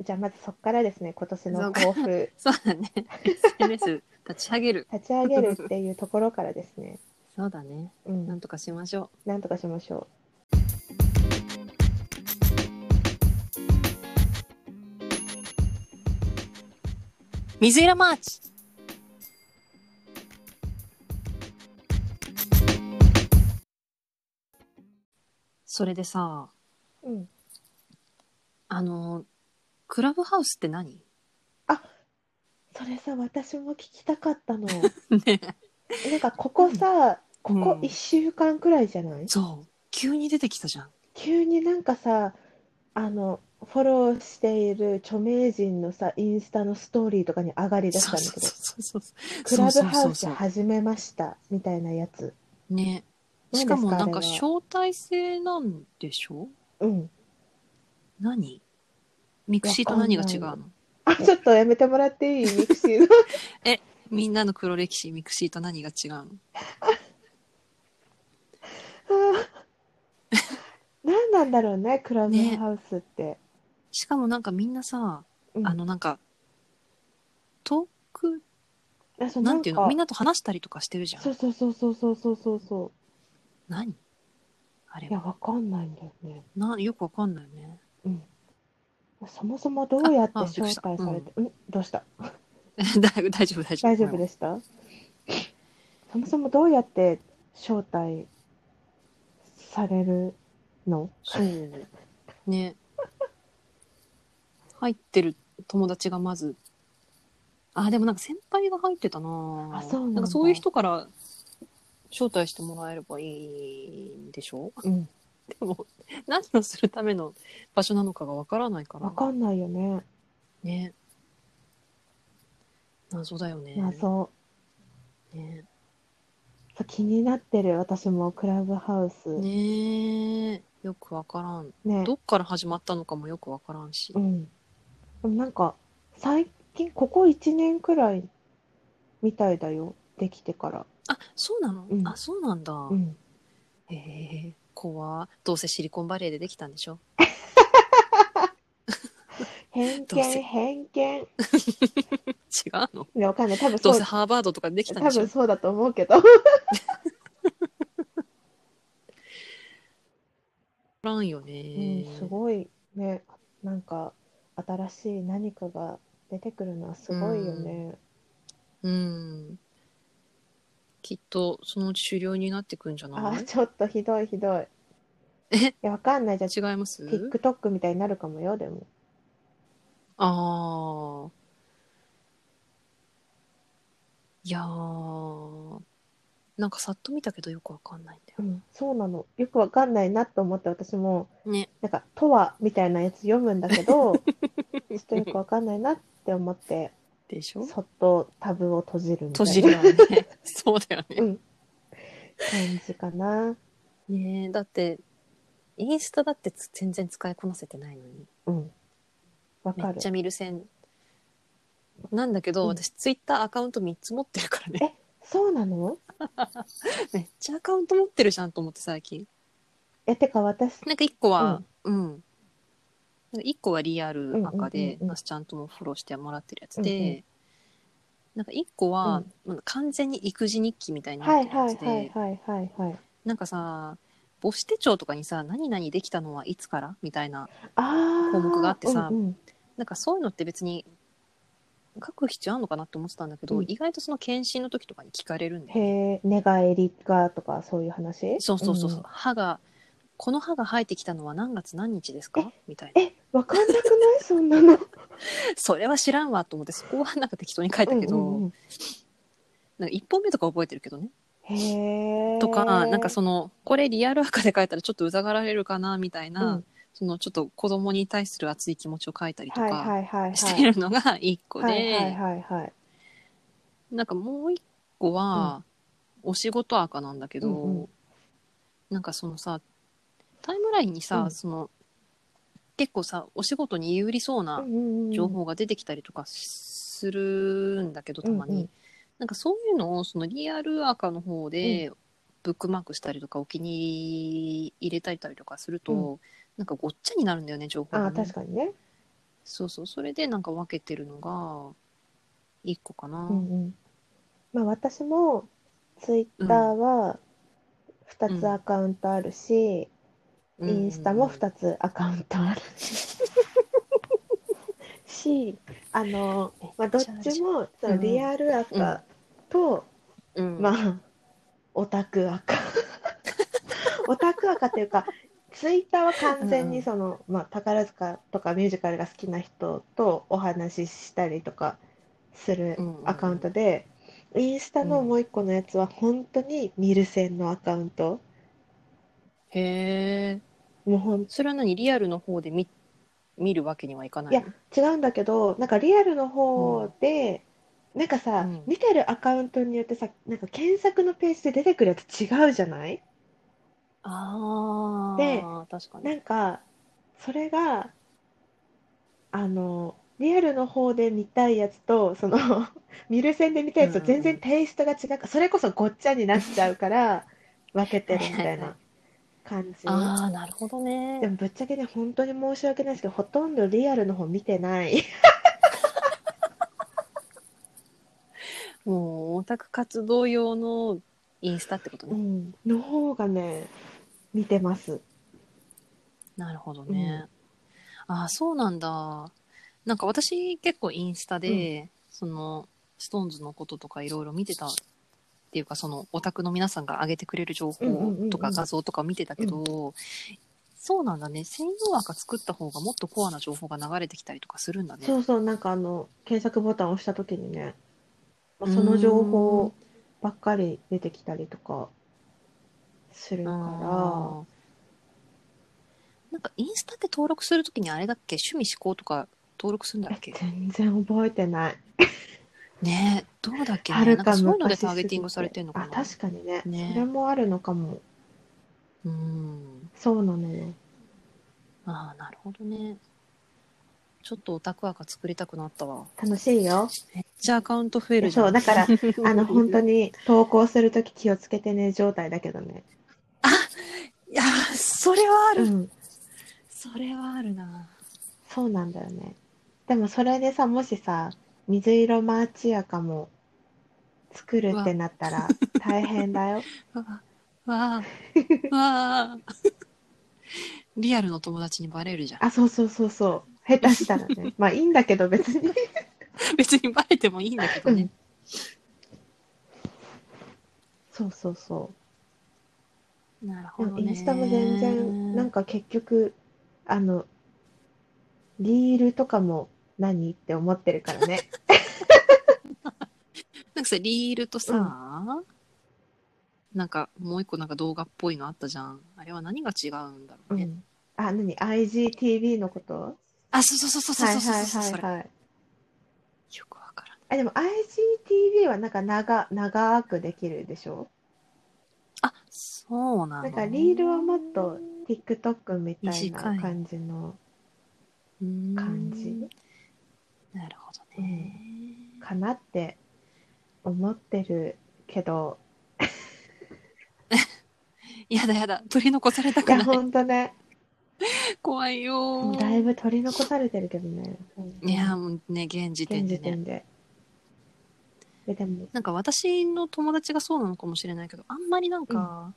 B: じゃあまずそっからですね今年の抱負
A: そうだね。SNS 立ち上げる。
B: 立ち上げるっていうところからですね
A: そうだね。
B: う
A: なん
B: ん
A: とかしましょ
B: なんとかしましょ
A: う。水色マーチ。それでさ、
B: う、うん、
A: あの、クラブハウスって
B: <laughs>
A: 何
B: それさ私も聞きたか
A: <laughs>
B: ったの
A: ね
B: なんかここさこ
A: うん
B: こ1週間くらいじゃない、
A: そう。急に出てきたじゃん。
B: 急になんかさあのフォローしている著名人のさインスタのストーリーとかに上がりだしたんだけど
A: そうそうそう
B: ク
A: そ
B: ラ
A: う
B: ブ
A: そう
B: ハ
A: そ
B: ウ
A: う
B: ス
A: そう
B: 始めましたみたいなやつ。
A: ね
B: 何
A: し
B: で
A: か
B: す
A: もなんか
B: あれは
A: 招待制なんでしょ
B: うん。
A: 何ミクシーと何が違う
B: わか
A: の
B: あ、ちょっとやめてもらっていいミクシーの。
A: みんなの黒歴史ミクシーと何が違うの
B: 何なんだろうね、クラブハウスって。
A: しかもなんかみんなさ、
B: うん
A: あのなんかトーク
B: あそう
A: なんていうの
B: か
A: みんなと話したりとかしてるじゃ
B: そうんそうそうそうそうそうそうそ
A: 何あれ
B: う。いや、わかんないんだよね。
A: なよくわかんないよね <laughs>
B: うん。そもそもどうやって
A: ああびっ
B: 招
A: くりした
B: 待されて、うん、どうした
A: だ大丈夫大丈夫
B: 大丈夫でしたそもそもどうやって招待されるの
A: そうね入ってる友達がまずあでもなんか先輩が入ってたな
B: あそうなんだ
A: かそういう人から招待してもらえればいいんでしょ
B: うん。
A: でも何をするための場所なのかがわからないから
B: わかんないよね。
A: ね謎だよね
B: まあそう。
A: ね
B: そう気になってる私もクラブハウスね
A: ねえよくわからんどっから始まったのかもよくわからんし
B: うん、でもなんか最近ここ1年くらいみたいだよできてから、
A: あそうなの、
B: うん
A: あそうなんだ、
B: うん、
A: へえ怖どうせシリコンバレーでできたんでしょ
B: 偏
A: どう
B: 見
A: せ
B: 偏見
A: 違うの
B: いやわかんない多分
A: どう
B: そう
A: せハーバードとかでできたん
B: 多
A: でしょ
B: 分そうだと思うけど
A: らんよ
B: うん
A: ね、
B: すごいねなんか新しい何かが出てくるのはすごいよね、
A: うんきっとそのうち狩猟になってくんじゃな
B: あ
A: い
B: ちょっとひどいひどい
A: え
B: いやわかんないじゃあ
A: 違います
B: TikTok みたいになるかもよでも
A: ああいやーなんかさっと見たけどよくわかんないんだ
B: う
A: よ
B: ん、そうなの。よくわかんないなと思って私も、
A: ね
B: なんか、とはみたいなやつ読むん
A: <laughs>
B: だけど、ちょっとよくわかんないなって思って、
A: でしょ
B: そっとタブを閉じるみた
A: 閉
B: いな
A: じるよ <laughs> ねそうだよね
B: 感じかな。
A: ねえだってインスタだってつ全然使いこなせてないのに
B: うん。わ
A: め
B: か
A: っ
B: る
A: ち。ゃ見る線なんだけど、
B: うん
A: 私ツイッターアカウント3つ持ってるからね
B: そうなの
A: めっちゃアカウント持ってるじゃんと思って最近
B: え、てか私、
A: なんか1個はうん、なんか1個はリアル赤
B: うんうんうん
A: で
B: うん
A: 那須、ちゃんともフォローしてもらってるやつで、
B: うんうん
A: なんか一個は、まあ完全に育児日記みたいになってるやつで、
B: はいはいはい。
A: なんかさ母子手帳とかにさ何々できたのはいつからみたいな
B: あー
A: 項目があってさ
B: うんうん
A: なんかそういうのって別に書く必要あるのかなって思ってたんだけど、
B: うん
A: 意外とその検診の時とかに聞かれるんだよね
B: へえ、寝返りがとかそういう話
A: そうそうそうそう、
B: ん
A: 歯がこの歯が生えてきたのは何月何日ですかみたいな
B: え、わかんなくないそん
A: <laughs>
B: なの。
A: それは知らんわと思ってそこはなんか適当に書いたけど、
B: うんうん
A: なんか1本目とか覚えてるけどね
B: うんへえ。
A: とかなんかそのこれリアル赤で書いたらちょっとうざがられるかなみたいな、
B: うん
A: そのちょっと子供に対する熱い気持ちを書いたりと
B: はいは
A: か
B: いはいはい。
A: してるのが1個で、
B: はいはいはいはい。
A: なんかもう1個はお仕事赤なんだけど、
B: うんうん
A: なんかそのさタイムラインにさ、
B: うん
A: その結構さお仕事に有利そうな
B: うんうんうん
A: 情報が出てきたりとかするんだけどたまに、
B: うんうん
A: なんかそういうのをそのリアル赤の方でブックマークしたりとかお気に入れたりとかすると、
B: う
A: なんかごっちゃになるんだよね情報
B: あ
A: が、ね、
B: ー、確かにね。
A: そうそうそれでなんか分けてるのが一個かな、
B: うんうん。まあ私もツイッターは2つアカウントあるし、インスタも2つアカウントあ <laughs> るし、あの、まあ、どっちもそのリアルアカと、
A: うん、
B: まあ、オタク
A: <laughs>
B: アカ。オタクアカっていうか、ツイッターは完全にその、まあ、宝塚とかミュージカルが好きな人とお話ししたりとかするアカウントで、インスタのもう一個のやつは本当にミルセンのアカウント。
A: へえ
B: もうほん
A: それは何リアルの方で見見るわけにはいかない
B: いや違うんだけどなんかリアルの方で、なんかさ、
A: うん
B: 見てるアカウントによってさなんか検索のページで出てくるやつ違うじゃない
A: あ
B: で
A: あ確かに
B: なんかそれがあのリアルの方で見たいやつとその <laughs> 見る線で見たいやつと全然テイストが違うから、それこそごっちゃになっちゃうから分けてるみたいな感じ。
A: ああなるほどね
B: でもぶっちゃけね本当に申し訳ないですけどほとんどリアルの方見てない。
A: もうオタク活動用のインスタってこと
B: う
A: ね。
B: ん、の方がね見てます。
A: なるほどね。ああ、そうなんだ。なんか私結構インスタで、その、ストーンズのこととかいろいろ見てたっていうか、そのオタクの皆さんが上げてくれる情
B: うんうんうんう
A: 報
B: ん
A: とか画像とか見てたけど、そうなんだね。専用赤作った方がもっとコアな情報が流れてきたりとかするんだね。
B: そうそうなんかあの検索ボタンを押した時にね、まあ、その情報ばっかり出てきたりとかする
A: だ
B: か
A: からら、なんかインスタって登録するときにあれだっけ趣味思考とか登録するんだっけ
B: え全然覚えてない。
A: ねえどうだっけ、ね、
B: はる
A: なん
B: か
A: かそういうの
B: 昔
A: です
B: ぎ
A: ターゲ
B: て
A: ティングされてるのかな
B: あ確かにね
A: ね
B: それもあるのかも。
A: うん
B: そうなのよ。
A: ああなるほどねちょっとオタク赤作りたくなったわ
B: 楽しいよ。
A: めっちゃアカウント増えるじゃん
B: そうだから
A: <laughs>
B: あの本当
A: に
B: に投稿する時気をつけてね状態だけどね。
A: いやそれはある、
B: うん。
A: それはあるな
B: そうなんだよね。でもそれでさ、もしさ、水色マーチアカも作るってなったら大変だよ。
A: わあわあわあリアルの友達にバレるじゃん
B: あ、そうそうそうそう。下手したら
A: <laughs>
B: ね。まあいいんだけど別に。
A: 別にバレてもいいんだけどね、
B: そうそうそ
A: なる
B: う。
A: ほ
B: で
A: ど
B: も
A: ね
B: インスタも全然、なんか結局、あの、リールとかも何って思ってるからね。
A: なんかさ、リールとさ、なんかもう一個なんか動画っぽいのあったじゃん。あれは何が違うんだろ
B: う
A: うね。
B: ん。あ、何 ?IGTV のこと
A: あ、そうそうそうそう
B: はい
A: そうそう
B: はい
A: そう、
B: はい
A: それ
B: はい。
A: よくわからない。
B: あ、でも IGTV はなんか長、長くできるでしょ
A: あ、そうなの。
B: なんかリールはもっと TikTok みたい
A: 短
B: ない感じの
A: 感
B: 感じ
A: なるほどね。
B: かなって思ってるけど
A: やだやだ、取り残された
B: い
A: く
B: や
A: ない。
B: ほんとね
A: 怖いよー。
B: だいぶ取り残されてるけどね
A: いや、もうね、現時
B: 現
A: 点で
B: 時
A: ね。
B: 点でえでも
A: なんか私の友達がそうなのかもしれないけど、あんまりなんか、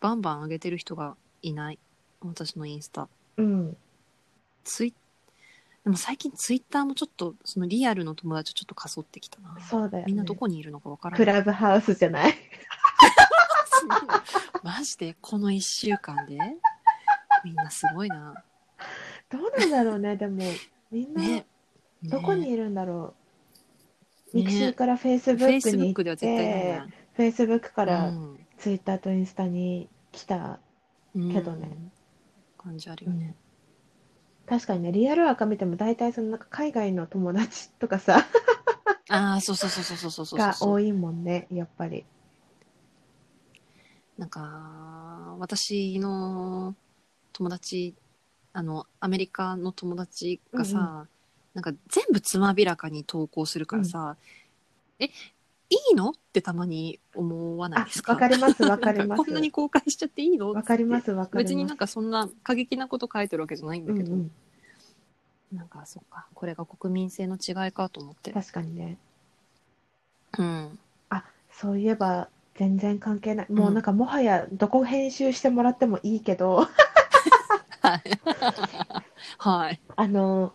A: バンバン上げてる人がいない。私のインスタ。
B: うん
A: ツイでも最近ツイッターもちょっと、そのリアルの友達をちょっとかそってきたな。
B: そうだよ
A: みんな
B: ね
A: どこにいるのかわからな
B: ク
A: い。
B: ラブハウスじゃない <laughs>
A: <laughs> マジでこの一週間でみんなすごいな。
B: どうなんだろうねでもみんな
A: ね。ね
B: どこにいるんだろう、
A: ね
B: ミクシーからフェイスブ
A: フェイ
B: ック
A: スブッ
B: に行
A: ク
B: っ
A: では絶対ない
B: て
A: な。
B: フェイスブックか
A: う
B: ら
A: ん
B: ツイッターとインスタに来た
A: うん
B: けどね
A: 感じあるよね。
B: 確かにねリアルアカ見ても大体そのなんか海外の友達とかさ
A: ああ、そうそうそうそうそうそうそう
B: が多いもんねやっぱり
A: なんか、私の友達、あの、アメリカの友達がさ、
B: うんう
A: なんか全部つまびらかに投稿するからさ、え、いいのってたまに思わない
B: あ
A: ですか
B: わかりますわか
A: なん
B: りま
A: か
B: す
A: こんなに公開しちゃっていいの
B: わかりま
A: つって
B: すわかります
A: 別になんかそんな過激なこと書いてるわけじゃないんだけど、
B: うん
A: なんかそっか、これが国民性の違いかと思っ
B: う
A: て
B: ん、。確かにね
A: うん。
B: あそういえば全然関係ないもううんなんかもはやどこ編集してもらってもいいけど
A: はい。はい。
B: あの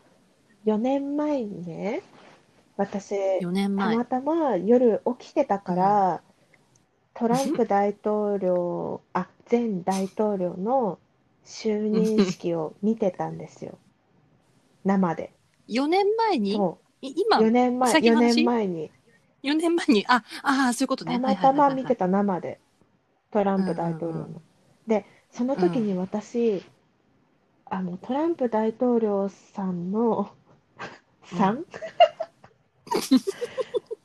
B: 4年前にね私
A: 4年
B: た
A: 前。
B: またま夜起きてたから、トランプ大統領あ前大統領の就任式を見てたんですよ生で
A: 4年前に
B: そ
A: いう今、
B: 4年前
A: 最近
B: 4
A: の話
B: 年前に
A: 4年前に、あ、ああ、そういうことね。
B: たまたま見て
A: た。
B: た生でトランプ大統領の、
A: うんうん
B: でその時に私、あのトランプ大統領さんの
A: うん
B: さん、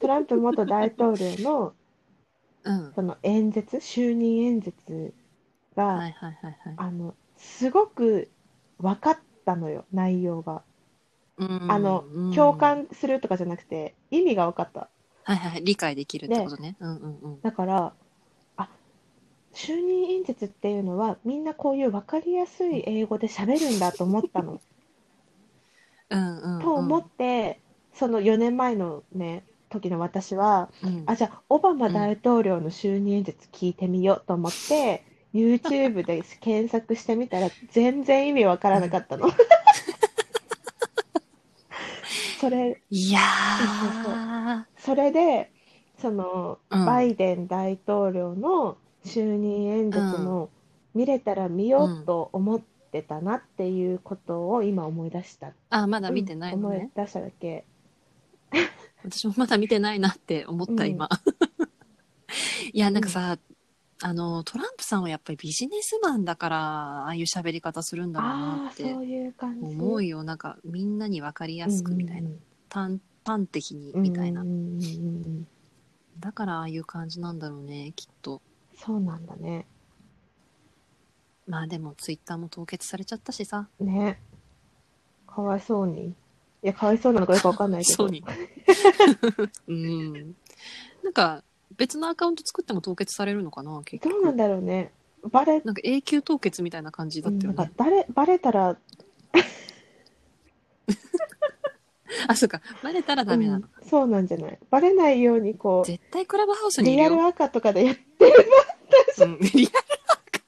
B: トランプ元大統領の
A: うん。
B: その演説就任演説が、
A: はいはいはいはい。
B: あのすごく分かったのよ内容が
A: うん
B: あの
A: うん
B: 共感するとかじゃなくて意味が分かった
A: はいはいはい。理解できるってことね。うんうんうん。
B: だからあ就任演説っていうのはみんなこういう分かりやすい英語で喋るんだと思ったの
A: うんうんうん。
B: と思ってその4年前のね時の私は
A: うん
B: あじゃあオバマ大統領の就任演説聞いてみようと思
A: <laughs>
B: って、YouTube で検索してみたら全然意味わからな
A: <laughs>
B: かったの。それ
A: いや
B: そう
A: ー。
B: それでその、
A: うん
B: バイデン大統領の就任演説も見れたら見ようと思ってたなっていうことを今思い出した。
A: あ、まだ見てないの
B: うん思
A: ね
B: い。出しただけ。
A: 私もまだ見てないなって思った、
B: うん
A: 今。 <laughs> いや、なんかさ、あの、トランプさんはやっぱりビジネスマンだから、ああいう喋り方するんだろうな
B: あ
A: っ
B: あー
A: て
B: そういう感じ。
A: 思うよ。なんか、みんなにわかりやすくみたいな。端端的にみたいな
B: うん。うんうんうんうん
A: だからああいう感じなんだろうねきっと
B: そうなんだね。
A: まあでもツイッターも凍結されちゃったしさ
B: ねかわいそうにいやかわいそうなのかよくわかんないけど
A: そうに <laughs> うんなんか別のアカウント作っても凍結されるのかな結
B: ど
A: 局
B: うなんだろうねバレ
A: なんか永久凍結みたいな感じだった
B: な
A: よ
B: んか
A: ね、
B: 誰バレたら
A: あそうかバレたらダメなの、
B: うんそうなんじゃないバレないようにこ
A: 絶対クラブハウス
B: う
A: にい
B: リ
A: る
B: ア
A: よ
B: ル赤とかでやっ
A: うんリアルアカ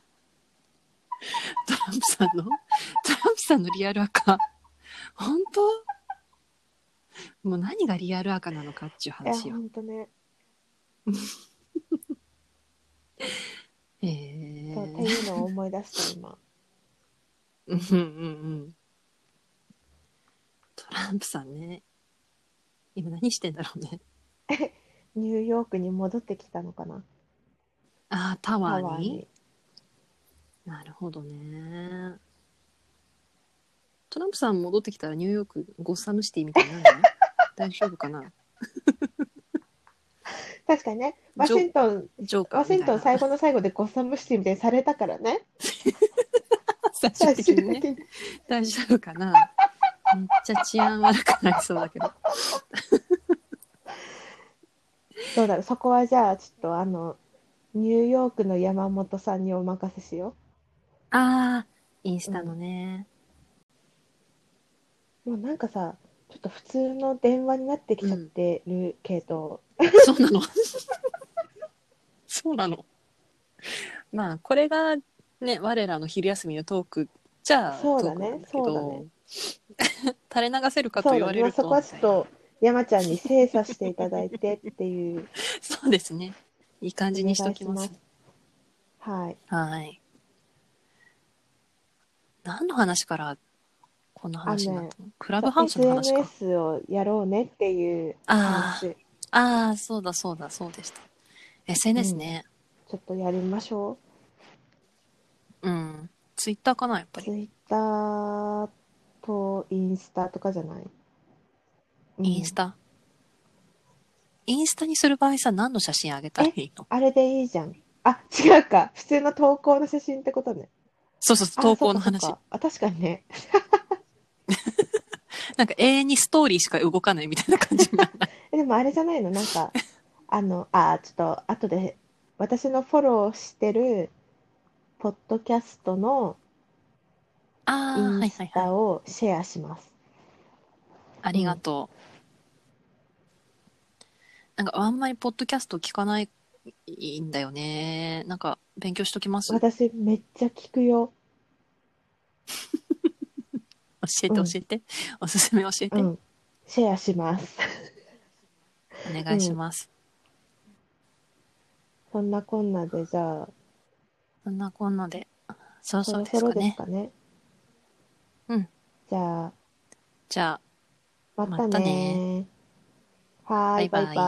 A: トランプさんのトランプさんのリアルアカ本当もう何がリアルアカなのかっていう
B: いや
A: 話よ
B: ほんとね
A: へ
B: そうって
A: え
B: いうのを思い出した今
A: うんうんうんトランプさんね今何してんだろうね
B: ニューヨークに戻ってきたのかな
A: ああタ
B: タ
A: ワーに
B: ワーに
A: なるほどねトランプさん戻ってきたらニューヨークゴッサムシティみたいにな <laughs> るの大丈夫かな
B: 確かにねワシントン
A: ジョーカー
B: ワ
A: みた
B: シ
A: い
B: ン
A: な
B: トン最後の最後でゴッサムシティみたいにされたからね
A: 最終
B: 最
A: 的
B: 終
A: にね <laughs>
B: 的に
A: 大丈夫か <laughs> なめっちゃ治安悪くなりそうだけど
B: どうだろうそこはじゃあちょっとあのニューヨークの山本さんにお任せしよ
A: ああインスタのね、
B: うもうなんかさちょっと普通の電話になってきちゃってるけど、
A: そうなの。そうなの。まあ、これがね、我らの昼休みのトークじゃあ、
B: そうだね
A: トークなんけど <laughs> 垂れ流せるかと
B: そう
A: 言
B: だ
A: わ
B: ね、
A: れ
B: まあ、
A: ると。
B: そこはちょっと山ちゃんに精査していただいてっていう、
A: <laughs> そうですね。いい感じにしておきます。
B: はい、
A: はい。何の話からこの話になったのクラブハウスの話か。
B: SNS をやろうねっていう
A: あ
B: 話、ち
A: あ、ああ、そうだそうだ、そうでした。SNS ね。
B: ょっとやりましょ
A: うん。ツイッターかな、やっぱ
B: う。
A: り。
B: ツイッターとインスタとかじゃない、うん
A: インスタ。インスタにする場合さ、何の写真あげたらいいの
B: あれでいいじゃん。あ、違うか。普通の投稿の写真ってことね。
A: そうそうそ
B: あ
A: う、投稿の
B: そっかそ
A: 話
B: っ。かあ、確かにね。
A: なんか永遠にストーリーしか動かないみたいな感じにならない。
B: えでもあれじゃないのなんか、あの、あ、ちょっと、後で、私のフォローしてる、ポッドキャストの
A: <laughs> ああ、は
B: イ
A: い
B: ン
A: はい
B: ス
A: はい。
B: タをシェアします。
A: ありがとう。なんかあんまりポッドキャスト聞かないんだよね。なんか勉強しときます。教
B: 私、めっちゃ聞くよ。
A: えて
B: う
A: 教
B: ん
A: えて。おすすめ教えて。
B: う
A: お
B: ん。シェアします。 <laughs>
A: 願いします。
B: そんなこんなで、じゃあ、
A: そんなこんなで、そろそ
B: そ
A: ろ
B: ろ
A: で
B: そ
A: す
B: ろ
A: か
B: です
A: ね。
B: かね。
A: うん。
B: じゃあ、
A: じゃあ、
B: ま
A: ま
B: た
A: た
B: ね
A: ね
B: はーい、
A: バ
B: バ
A: イバイ
B: イバイ。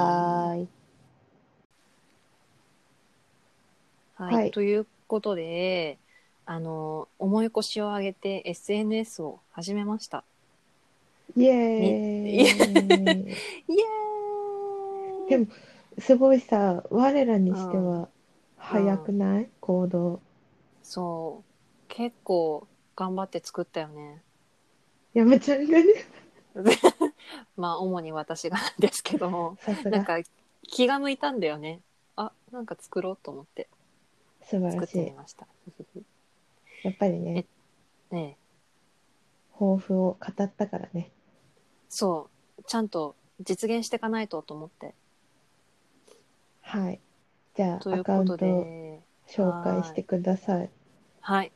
A: はい、
B: はい
A: ということであの重い腰を上げて SNS を始めました
B: イ
A: イ
B: エ
A: エ
B: ーイ。
A: イエーイ
B: でも <laughs> すごいさ、我らにしては早くない、行動。
A: そう結構頑張って作ったよね <laughs>
B: 山ちゃんがね、
A: まあ主に私がなんですけども
B: さす
A: なん
B: が、
A: か気が向いたんだよねあなんか作ろうと思って
B: 素晴
A: 作
B: ら
A: っ
B: して
A: み
B: い。
A: ました
B: やっぱりね、
A: <laughs> ねえ
B: 抱負を語ったからね。
A: そうちゃんと実現していかないとと思って
B: はい。じゃ
A: と
B: あ、
A: い
B: ア
A: う
B: カウ
A: こ
B: ン
A: と
B: トを
A: で
B: 紹介してください。
A: はい。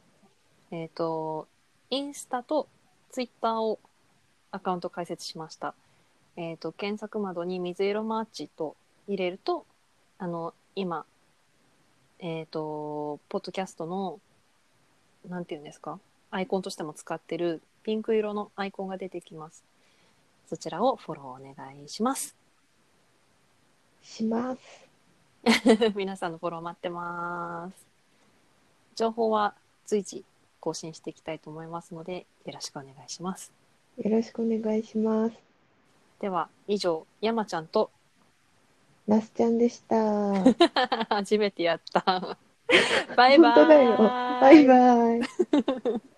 A: えっ、と、インスタとツイッターをアカウント開設しました。えっ、と、検索窓に水色マーチと入れると、あの、今、えっ、と、ポッドキャストの、なんていうんですか、アイコンとしても使ってるピンク色のアイコンが出てきます。そちらをフォローお願いします。
B: します。
A: <laughs> 皆さんのフォロー待ってます。情報は随時更新していきたいと思いますので、よろしくお願いします。
B: よろしくお願いします。
A: では、以上、山ちゃんと、 <laughs>
B: なすちゃんでした。バ
A: 初めてやった。バイバーイ。
B: 本当だよ。バイバイ。